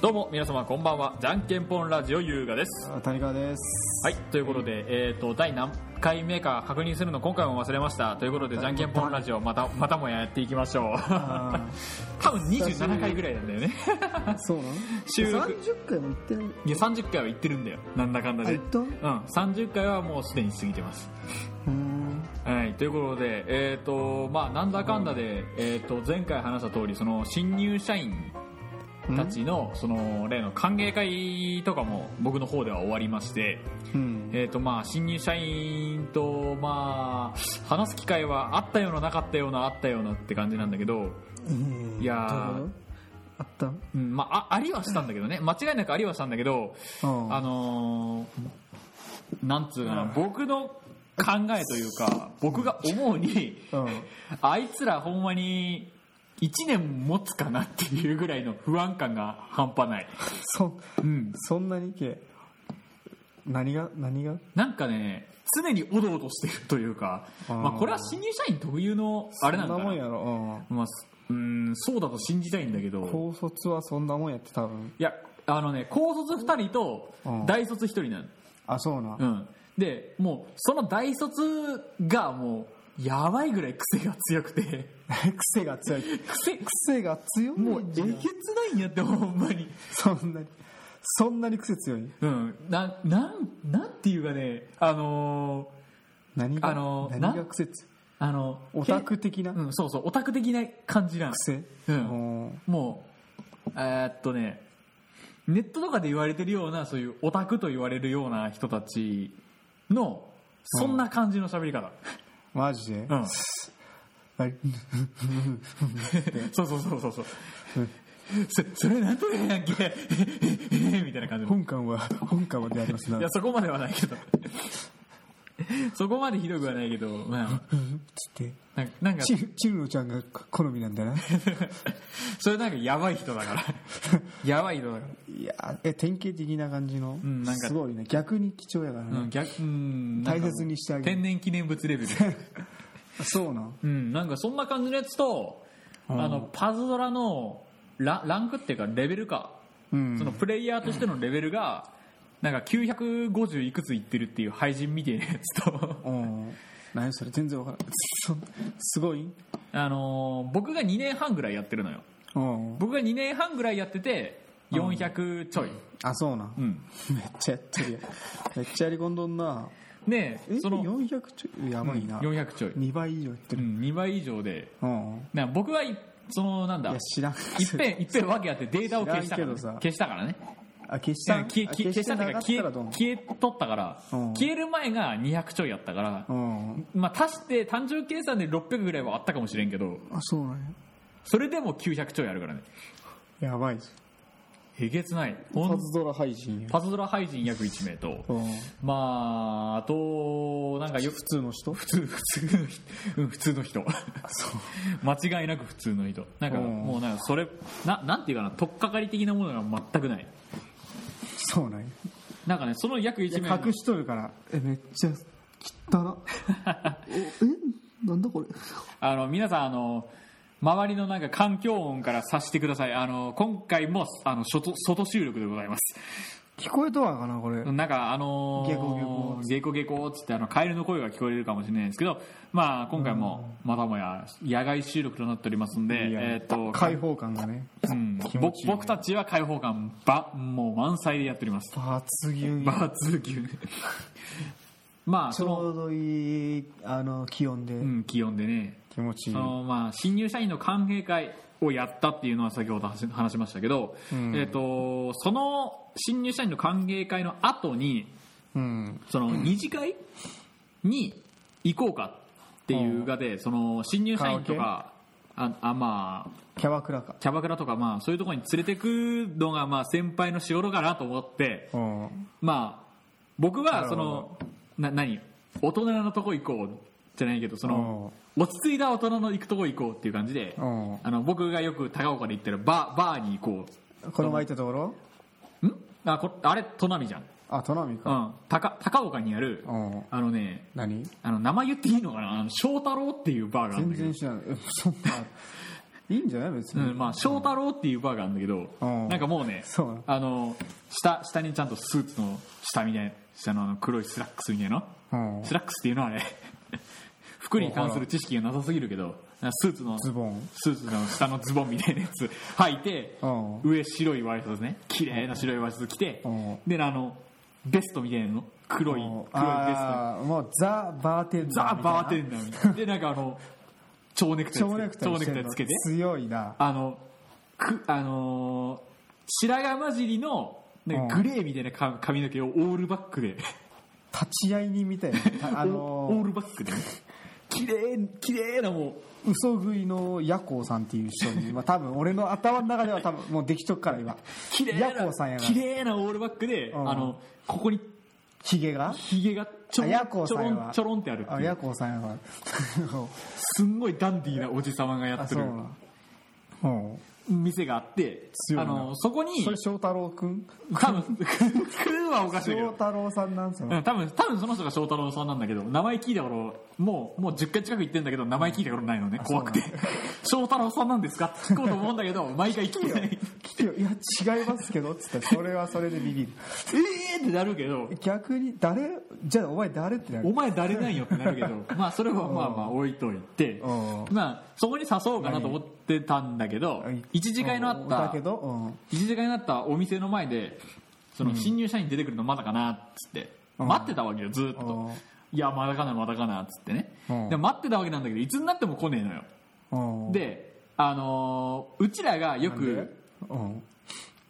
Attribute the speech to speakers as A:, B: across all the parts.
A: どうも皆様こんばんはじゃんけんぽんラジオ優雅です
B: あ谷川です
A: はいということで、えー、と第何回目か確認するの今回も忘れましたということでじゃんけんぽんラジオまたまたもやっていきましょう
B: あ
A: 多分27回ぐらいなんだよね
B: ーそうなの
A: 収録
B: 30回も行ってない
A: いや30回は行ってるんだよなんだかんだ
B: あ
A: で
B: 行
A: う
B: ったうん
A: 30回はもうすでに過ぎてます
B: ーん
A: はい、ということで、えーとまあ、なんだかんだで、えー、と前回話した通りその新入社員たちのその例の歓迎会とかも僕の方では終わりまして、
B: うん
A: えーとまあ、新入社員と、まあ、話す機会はあったようななかったようなあったようなって感じなんだけど、
B: うん
A: いやー
B: どうあったあ
A: うんまあ、あありはしたんだけどね間違いなくありはしたんだけど、
B: ー
A: あのーなんつうかな、僕の考えというか僕が思うに。
B: うん
A: あいつらほんまに1年持つかなっていうぐらいの不安感が半端ない。
B: そ
A: うん。
B: そんなにけ何が何が
A: なんかね、常におどおどしてるというか、
B: あー
A: まあこれは新入社員特有のあれなん
B: そ
A: だ
B: んなもん
A: な。
B: やろ、
A: まあ、すうん、そうだと信じたいんだけ
B: うん、
A: ど、
B: 高卒はそんなもんやって多分
A: いや、あのね、高卒2人と
B: うん
A: 大卒1人なの。
B: あそうな、
A: うん。で、もうその大卒がもう、やばいぐらい癖が強くて、
B: 癖が強い
A: 癖、
B: 癖が強い
A: もうえげつ
B: ん
A: ないんやって、ほんまに。
B: そんなにそんなに癖強い
A: うん、ななんなんていうかねあの
B: 何が
A: あの
B: 何
A: な
B: が癖強い
A: ーあの
B: オタク的な
A: けうんそうそうオタク的な感じなん
B: 癖
A: うん、
B: おー
A: もうえーっとねネットとかで言われてるようなそういうオタクと言われるような人たちのそんな感じの喋り方、
B: マジで、
A: うん、
B: はい
A: そうそうそうそう そうそそれなんとかやんけ みたいな感じの
B: 本館は本館はでありますない
A: やそこまではないけど そこまでひどくはないけど、まあ、
B: うんつって
A: なんかなんか
B: チルチルノちゃんが好みなんだな
A: それなんかやばい人だから やばい人だか
B: いやーえ典型的な感じの、
A: んなんか
B: すごいね逆に貴重やからね
A: ら、、うん、逆うんなんか
B: 大切にしてあげる
A: 天然記念物レベル
B: あそうなん
A: うんなんかそんな感じのやつと、
B: うん
A: あのパズドラのラランクっていうかレベルか、
B: うん
A: そのプレイヤーとしてのレベルがなんか950いくついってるっていう廃人みたいなやつと
B: うん何それ全然わからんそすごい
A: あのー僕が2年半ぐらいやってるのよ
B: うん
A: 僕が2年半ぐらいやってて400ちょい、
B: あそうなん
A: うん、
B: めっちゃやってるやんめっちゃやり込んどんな
A: で
B: え
A: その
B: 400ちょいやばいな、
A: 400ちょい、
B: 2倍以上やって
A: う
B: る
A: ん、2倍以上で
B: うん、
A: な僕はいそのなんだ
B: いや知らん
A: いっぺんいっぺん訳あってデータを消したから、ね、
B: 知らんけどさ
A: 消したからね
B: あ消し
A: だか
B: た
A: ら消え消え消したっていうか消え消えとったから、
B: うん
A: 消える前が200ちょいやったから、
B: うん
A: まあ足して単純計算で600ぐらいはあったかもしれんけど
B: あそうなん
A: それでも900ちょいあるからね
B: ややばいぞ
A: えげつないほん
B: パズドラ配信や
A: パズドラ廃人約1名と、まああとなんかよ
B: 普通の人
A: 普通普通の人、うん、普通の人間違いなく普通の人なんか
B: うん
A: もうなんかそれななんていうかな取っかかり的なものが全くない
B: そうなんや
A: なんかねその約1
B: い
A: 名の
B: や隠しとるからえめっちゃ汚 っおえなんだこれ
A: あの皆さんあの周りのなんか環境音から察してくださいあの今回もあの外外収録でございます
B: 聞こえとはかなこれ
A: なんかあのー、
B: 下校下校
A: 下校下校っつってあのカエルの声が聞こえるかもしれないですけどまあ今回もまたもや野外収録となっておりますんで
B: いや
A: えーっと
B: 開放感がね
A: うん
B: 気持
A: ぼ
B: ちいいね
A: 僕たちは開放感ばもう満載でやっており ます
B: 抜群
A: バーツー牛 まあ
B: ち
A: その、
B: ょうどいいあの気温で
A: うん、気温でね
B: 気持ちいい
A: そのまあ、新入社員の歓迎会をやったっていうのは先ほど話し話しましたけど、
B: うん
A: えっとその新入社員の歓迎会の後に
B: うん
A: その二次会に行こうかっていうがで、その新入社員とかああまあ
B: キャバクラか
A: キャバクラとか、まあ、そういうところに連れてくのがまあ先輩の仕事かなと思って、
B: うん
A: まあ、僕
B: な
A: は
B: る
A: そ
B: ほど
A: のな何大人のとこ行こうじゃないけどその落ち着いた大人の行くとこ行こうっていう感じで。
B: うん
A: あの僕がよく高岡で行ってるバーバーに行こ
B: この前行ったところ
A: う。んあこあれ、砺波じゃん。
B: あトナミ
A: う
B: か
A: ん。高高岡にある、
B: うん
A: あのね、
B: 何
A: あの名前言っていいのかなあの翔太郎っていうバーがあるんだけど
B: 全然知らないえそんないいんじゃない別
A: う
B: に、
A: んまあ、翔太郎っていうバーがあるんだけど、
B: うん
A: なんかもうね
B: そう
A: あの下下にちゃんとスーツの下みたいな下のあの黒いスラックスみたいな
B: うん
A: スラックスっていうのはね 服に関する知識がなさすぎるけどなんかスーツの
B: ズボン
A: スーツの下のズボンみたいなやつ履いて
B: うん
A: 上白いワイシャツね綺麗な白いワイシャツ着て
B: うん
A: であのベストみたいなの黒い
B: もう
A: 黒いベスト
B: あーもうザ・バーテンダ
A: ザ・
B: ーみたいな
A: バーテンダーみたいなでなんかあの蝶ネクタイつけて
B: 蝶ネクタイしてる
A: 蝶
B: の
A: つけて
B: 強いな
A: あの、く、あのー白髪混じりの、
B: う
A: ね
B: ん、
A: グレーみたいなか髪の毛をオールバックで、
B: 立ち会い 人みたいなたあ
A: オーオー
B: の
A: ルバックでね、綺麗綺麗なも
B: 嘘食いの夜行さんっていう人に、まあ、多分俺の頭の中では多分もうできとくから今
A: う、綺麗
B: 夜行さんや
A: な、
B: な
A: 綺麗なオールバックで、
B: うん
A: あの、ここに
B: ヒゲが
A: ヒゲがちょろ
B: あ夜行
A: ん、ちょ
B: さんや
A: ろ
B: わ
A: ん、ちょろんってあるって
B: あ
A: いう
B: 夜行さん やから
A: すんごいダンディーなおじ様がや
B: あ
A: って
B: そう
A: る
B: なんうん
A: 店があって、
B: 強
A: あ
B: いな
A: の、そこに
B: そ、れ翔太郎くん
A: 多 分、来るはおかしいけ
B: 翔
A: ど、
B: 太郎さんなんすよ
A: うん多分多分その人が翔太郎さんなんだけど名前聞いた頃もうもう10回近く言ってんだけど名前聞いたことないのね怖くて
B: そう
A: 「翔太郎さんなんですか?」って聞こうと思うんだけ ど毎回聞けない
B: 聞 けよいや違いますけどっつってそれはそれでビビる
A: 「えー!」ってなるけど
B: 逆に誰じゃあお前誰って
A: 「
B: なる
A: お前誰なんよ」ってなるけど まあそれはまあまあ置いといて
B: うん
A: まあそこに誘おうかなと思ってたんだけど一次会のあっ
B: だ
A: た
B: けど、うん
A: 一次会になったお店の前でその新入社員出てくるのまだかなっつって、
B: うん
A: 待ってたわけよずーっ
B: うん
A: と、いやまだかなまだかなっつってね、
B: うん
A: で待ってたわけなんだけどいつになっても来ねえのよ、
B: うん、
A: であのーうちらがよ
B: なんで
A: く
B: うん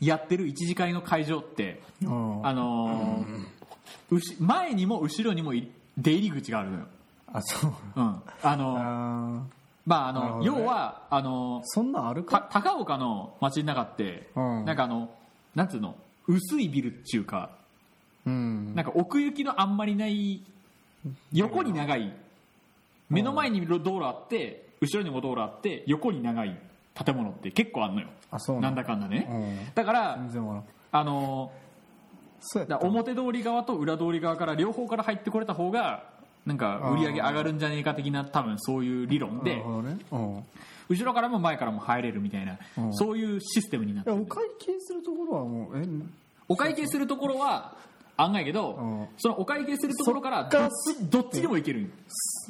A: やってる一次会の会場って
B: うん
A: あのーうし前にも後ろにもい出入り口があるのよ、
B: あそう
A: うん、あのー
B: あー
A: まああ
B: なるほ
A: の、
B: どね
A: 要はあのー
B: そんなんある
A: た
B: か
A: 高岡の街の中って、
B: うん
A: なんかあのなんつうの薄いビルっていうか
B: うん
A: なんか奥行きのあんまりない横に長い目の前に道路あって後ろにも道路あって横に長い建物って結構あんのよ
B: あそう
A: なんだかんだ
B: う
A: ね
B: ん
A: だから
B: 全然わからん
A: あの
B: そうやっ
A: だ
B: た
A: 表通り側と裏通り側から両方から入ってこれた方がなんか売り上げ上がるんじゃねえか的な多分そういう理論
B: な
A: で
B: るほどねうん
A: 後ろからも前からも入れるみたいな
B: うん
A: そういうシステムになっ
B: い
A: て
B: や
A: る
B: お会計するところはもうえ
A: お会計するところは案外け
B: う
A: ど
B: ん
A: そのお会計するところからどっちどっちでもいけるん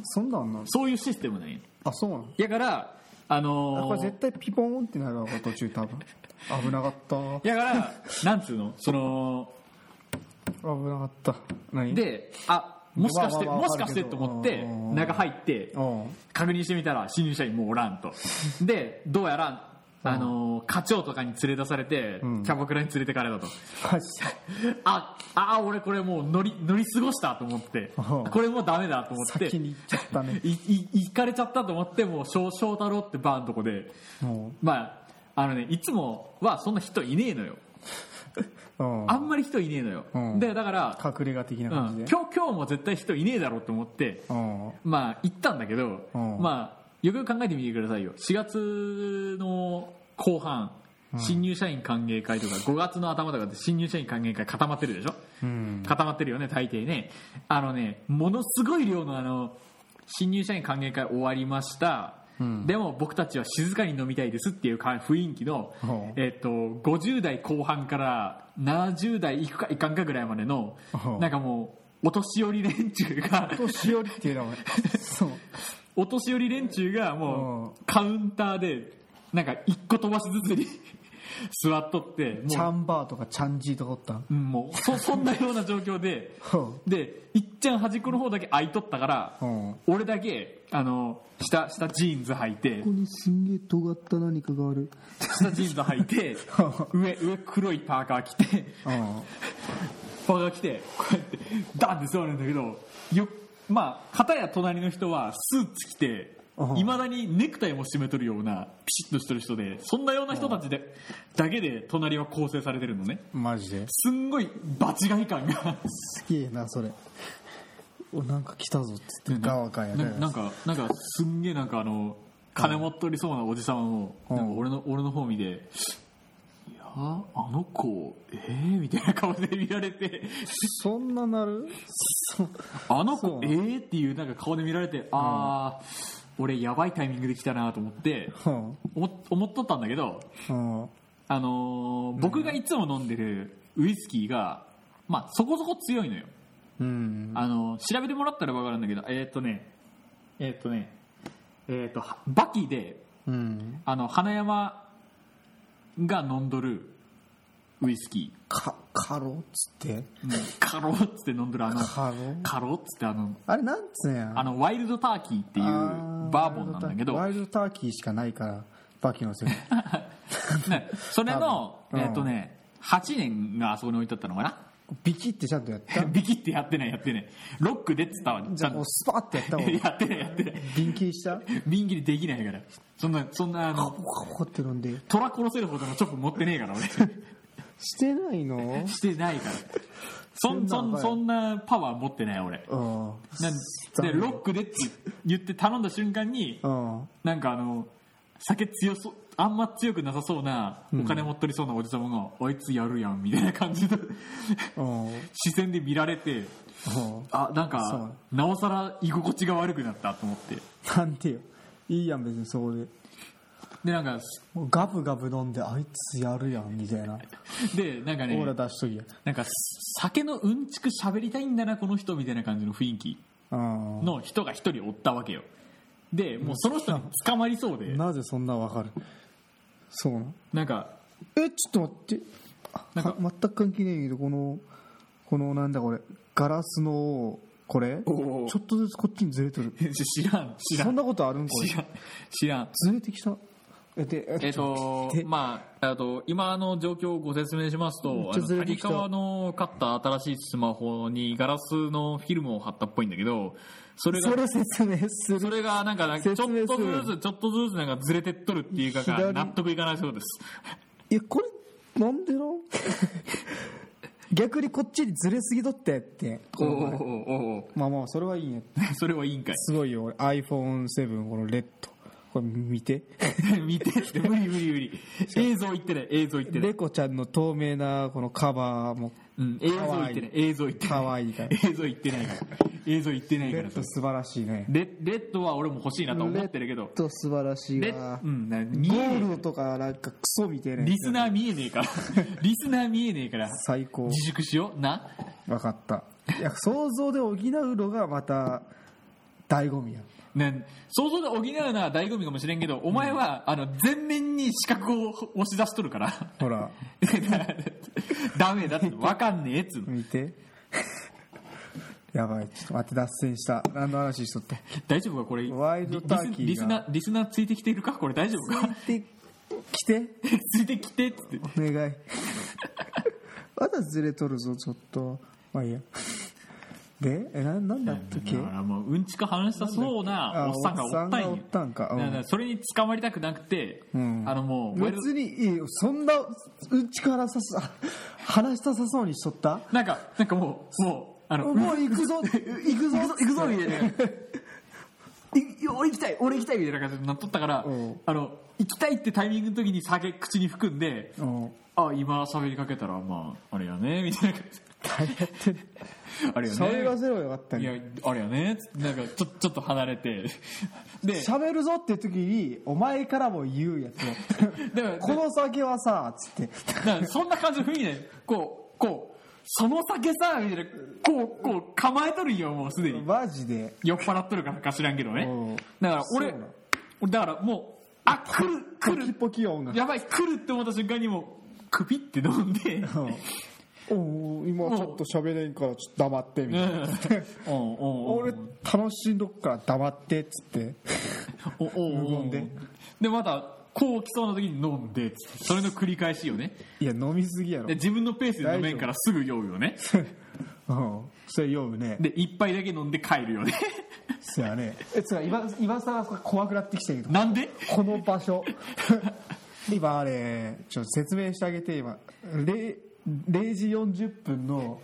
B: そんなんあんの
A: そういうシステムなんや
B: あそうなの
A: やからあ
B: あこ
A: の
B: れ絶対ピポーンってなるわ途中多分危なかった
A: ーやからなんつうのその
B: 危なかった何
A: であもしかして
B: まあまあまあ
A: もしかしてと思って
B: うんうんうん
A: 中入って
B: うん
A: 確認してみたら新入社員もうおらんとでどうやらあのー課長とかに連れ出されて
B: うん
A: キャバクラに連れてかれたと
B: マジで
A: ああ俺これもう乗り乗り過ごしたと思って
B: うん
A: これもうダメだと思って
B: 先に行っちゃったね
A: いい行かれちゃったと思ってもう翔翔太郎ってバーのとこで
B: も
A: まああのねいつもはそんな人いねえのよ
B: う、うん、
A: あんまり人いねえのよ、
B: うん
A: でだから、
B: 隠れ家的な
A: うん
B: 感じ
A: 今
B: で
A: 日今日も絶対人いねえだろうと思って
B: うん、うん
A: まあ行ったんだけど、
B: うん
A: まあよくよく考えてみてくださいよ4月の後半新入社員歓迎会とか5月の頭とかって新入社員歓迎会固まってるでしょ固まってるよね大抵ねあのねものすごい量のあの新入社員歓迎会終わりました、
B: うん
A: でも僕たちは静かに飲みたいですっていうか雰囲気の、
B: ほう
A: えっと50代後半から70代いくかいかんかぐらいまでの
B: ほう
A: なんかもうお年寄り連中 が
B: お年寄りっていうのもそう
A: お年寄り連中がもうカウンターでなんか一個飛ばしずつに 座っとって
B: チ
A: も
B: ャンバーとかチャンジーとかおったん
A: ううんもうそそんなような状況で。
B: ほ
A: でいっちゃん端っこの方だけ空いとったから、
B: ううん
A: 俺だけあの下下ジーンズ履いて
B: こにすんげえ尖った何かがある
A: 下ジーンズ履い て上上黒いパーカー着て
B: うん
A: パーカー着てこうやってダンって座るんだけどよまあ片や隣の人はスーツ着て
B: うん
A: いまだにネクタイも締めとるようなピシッとしてる人でそんなような人たちでだけで隣は構成されてるのね
B: マジです
A: んごい場違い感が
B: すげえなそれおなんか来たぞっつってガワガヤ
A: な
B: ガ
A: な
B: ヤ
A: んかなんかすんげえなんかあの金持っとりそうなおじさまも
B: うん
A: なんか俺の俺の方見て「いやーあの子えー?」みたいな顔で見られて
B: そんななるそ
A: 「あの
B: そ
A: 子
B: う
A: えー?」っていうなんか顔で見られて「あー俺やばいタイミングで来たなと思って
B: うん
A: 思思っとったんだけど、
B: うん
A: あのー僕がいつも飲んでるウイスキーが、まあ、そこそこ強いのよ、
B: うん
A: あのー調べてもらったら分かるんだけどえーっ、とねえーっ、とねえーっ、とはバキで
B: うん
A: あの花山が飲んどるウイスキ
B: かカロっつって
A: ーもうカロッつって飲んどるあの
B: カロ
A: カロッつってあの
B: あれなんつうんや
A: あのワイルドターキーっていう
B: あー
A: バーボンなんだけど
B: ワイルドターキーしかないからバキの せい
A: ね、それの、
B: 多分うん
A: えっとね、8年があそこに置いてあったのかな
B: ビキってちゃんとやっ た
A: ビキってやってないやってない。ロックでっつったわ。
B: じ
A: ち
B: ゃ
A: ゃん
B: あも
A: と
B: うスパッてやったもん
A: やってないやってない。
B: 瓶切りした
A: 瓶切りできないから。そんな、そんな、あの、
B: ホコって飲んで
A: 虎殺せるほどのチョップ持ってねえから俺。
B: してないの
A: してないから。そん、そん、そんなパワー持ってない俺。
B: うん
A: なんで、ロックでって言って頼んだ瞬間に
B: う、ん
A: なんかあの、酒強そう、あんま強くなさそうな、お金持っとりそうなおじさまが、あいつやるやん、みたいな感じで、
B: うんうん
A: 視線で見られてあなん
B: そ
A: かなおさら居心地が悪くなったと思って
B: なんてよいいやん別にそこで
A: でなんか
B: もうガブガブ飲んであいつやるやんみたいな
A: でなんか
B: オーラ
A: ね
B: 出しときや
A: なんか酒のうんちく喋りたいんだなこの人みたいな感じの雰囲気
B: うん
A: の人が一人おったわけよでもうその人に捕まりそうで
B: なぜそんなわかるそうなん
A: なんか
B: えちょっと待ってあ
A: なんか
B: か全く関係ないけどこのこのなんだこれガラスのこれち
A: おうおう
B: ょっとずつこっちにずれてる
A: 知らん知ら
B: そん
A: ん
B: なことあるんこれ
A: 知らん知らん
B: ずれてきたえで
A: えっ、と
B: で、
A: まあ、あと、今の状況をご説明します
B: め
A: と
B: っ、
A: あ
B: ちゃ
A: の、
B: ずれて
A: 谷
B: きた
A: 川の買った新しいスマホにガラスのフィルムを貼ったっぽいんだけど、それが
B: そ、れ説明す
A: そ
B: る
A: れがなんか、ちょっ
B: 説
A: と
B: 明
A: ず
B: する
A: つ、ちょっとずつなんかずれてっとるっていうかが
B: 左
A: 納得いかないそうです。
B: いやこれなん での逆にこっちにずれすぎとってって
A: おおおお
B: まあまあそれはいいね
A: それはいいんかい。
B: すごいよ俺 iPhone7 このレッドこれ見て
A: 見てって、無理無理無理。映像言ってね、映像言ってね
B: レ。コちゃんの透明なこのカバーも
A: うん、映像言ってね、映像言ってね。
B: 可愛いから
A: 映像言って ないから。映像言ってない
B: レ
A: か
B: ッ
A: ら
B: ド。素晴らしいね
A: レレッドは俺も欲しいなと思ってるけど
B: レッ。ド素晴らしい
A: レ
B: わ
A: う。ん、な見
B: ゴ
A: えねえ
B: ールドとかなんかクソみたいなやつ。
A: リスナー見えねえから。リスナー見えねえから。
B: 最高。
A: 自粛しよう。な。
B: わかった。いや、想像で補うのがまた、醍醐味や。
A: ね、想像で補うのは醍醐味かもしれんけど、お前は、あの、全面に視覚を押し出しとるから。
B: ほら、
A: ダメだって、わかんねえっつうの。
B: 見て。 やばい、ちょっと待って、脱線した。何の話しとって。
A: 大丈夫かこれ。
B: ワイルドター
A: リ
B: キーが
A: スリスナー、リスナーついてきているかこれ大丈夫か
B: で、来て、
A: ついてきてっつって。
B: お願い。 まだずれとるぞ、ちょっと。まあいいや。で、え、な、なんだったっけ
A: だからもう、うんちく話したそうなおっさんがおったん
B: あおっさんがお
A: よ
B: ったんかうん
A: だらそれに捕まりたくなくて、
B: うん
A: あのもう、ワイルド
B: 別にいいよそんなうんちく話さす話したさそうにしとった
A: なんか、なんかもう、もう、あの、
B: もう行くぞ行くぞ行くぞみたいな
A: 俺行きたい俺行きたいみたいな感じになっとったから、
B: うん
A: あの行きたいってタイミングの時に酒口に含んで、
B: うん
A: あ今喋りかけたらまああれやねみたいな感じあれやね
B: 喋らせればよかった
A: い
B: ね
A: やあれやねつってなんかちょちょっと離れてで
B: 喋るぞって時にお前からも言うやつ
A: で も
B: この酒はさつって
A: なんかそんな感じの雰囲気でこうこうその酒さみたいなこうこう構えとるんよもうすでに
B: マジで
A: 酔っ払っとるからか知らんけどね
B: うん
A: だから俺
B: そうなの
A: 俺だからもうあ来る来
B: ポ
A: る
B: キポキ音 が
A: やばい来るって思った瞬間にもうクピって飲んで、うん、
B: うんおー今ちょっと喋れんからちょっと黙ってみたいな
A: おお
B: 俺楽しんどっから黙ってっつって
A: おお
B: 無言で
A: でまたこう来そうな時に飲んでつってそれの繰り返しよね
B: いや飲みすぎやろ
A: で自分のペースで飲めんからすぐ酔うよね
B: うんそれ酔うね
A: で一杯だけ飲んで帰るよね
B: そやねえつうか今今さら怖くなってきてるけど
A: なんで
B: この場所 今あれちょっと説明してあげて今 0, 0時40分の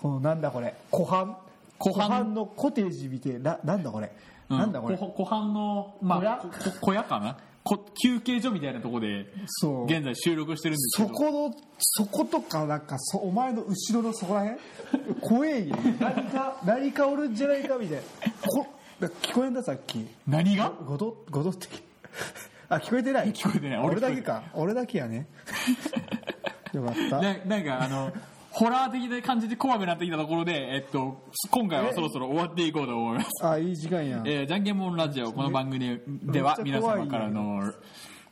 B: このなんだこれ湖畔
A: 湖畔
B: のコテージ見てななんだこれ、
A: う
B: なんだこれ
A: 湖湖畔の、まあ、
B: 小
A: ここ小屋かなこ休憩所みたいなとこで
B: そう
A: 現在収録してるんですけ
B: そ
A: ど
B: このそことかなんかそお前の後ろのそこら辺怖えよ何か何かおるんじゃないかみたいなこだ聞こえんださっき
A: 何が
B: ごどごどってあ聞こえてない
A: 聞こえてない俺
B: 俺だけか俺だけやねよかった
A: ななんかあのホラー的な感じで怖くなってきたところで、えっと、今回はそろそろ終わっていこうと思います。
B: あいい時間やん
A: えーじゃんけんぽんラジオ、この番組では
B: めっち
A: 皆
B: ゃ怖い
A: 様からの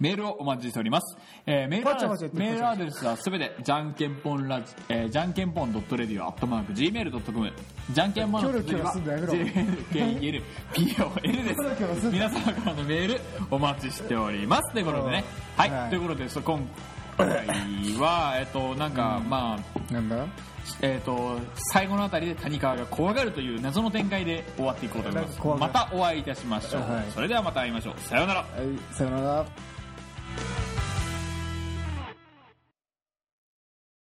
A: メールをお待ちしております。えーメールア
B: パチャ
A: ド
B: パ
A: レ
B: チャ言っ
A: ス
B: て
A: メールアドレスはすべて、じゃんけんぽんラジ、えーじゃんけんぽん .radio.gmail.com、じゃんけんぽんの綴りは
B: キョロキョロすんだや
A: JNKEL、POL で
B: キョロキョロすん
A: す。
B: な
A: 皆様からのメールお待ちしております。ということでね、は
B: はい
A: い、ということで、そう今回は、えっと、なんか、まあ、
B: なんだ
A: えー、と最後のあたりで谷川が怖がるという謎の展開で終わっていこうと思いま
B: なん
A: す
B: か怖が
A: ま
B: る
A: たお会いいたしましょう、
B: はい
A: それではまた会いましょうさようなら
B: はいさよなら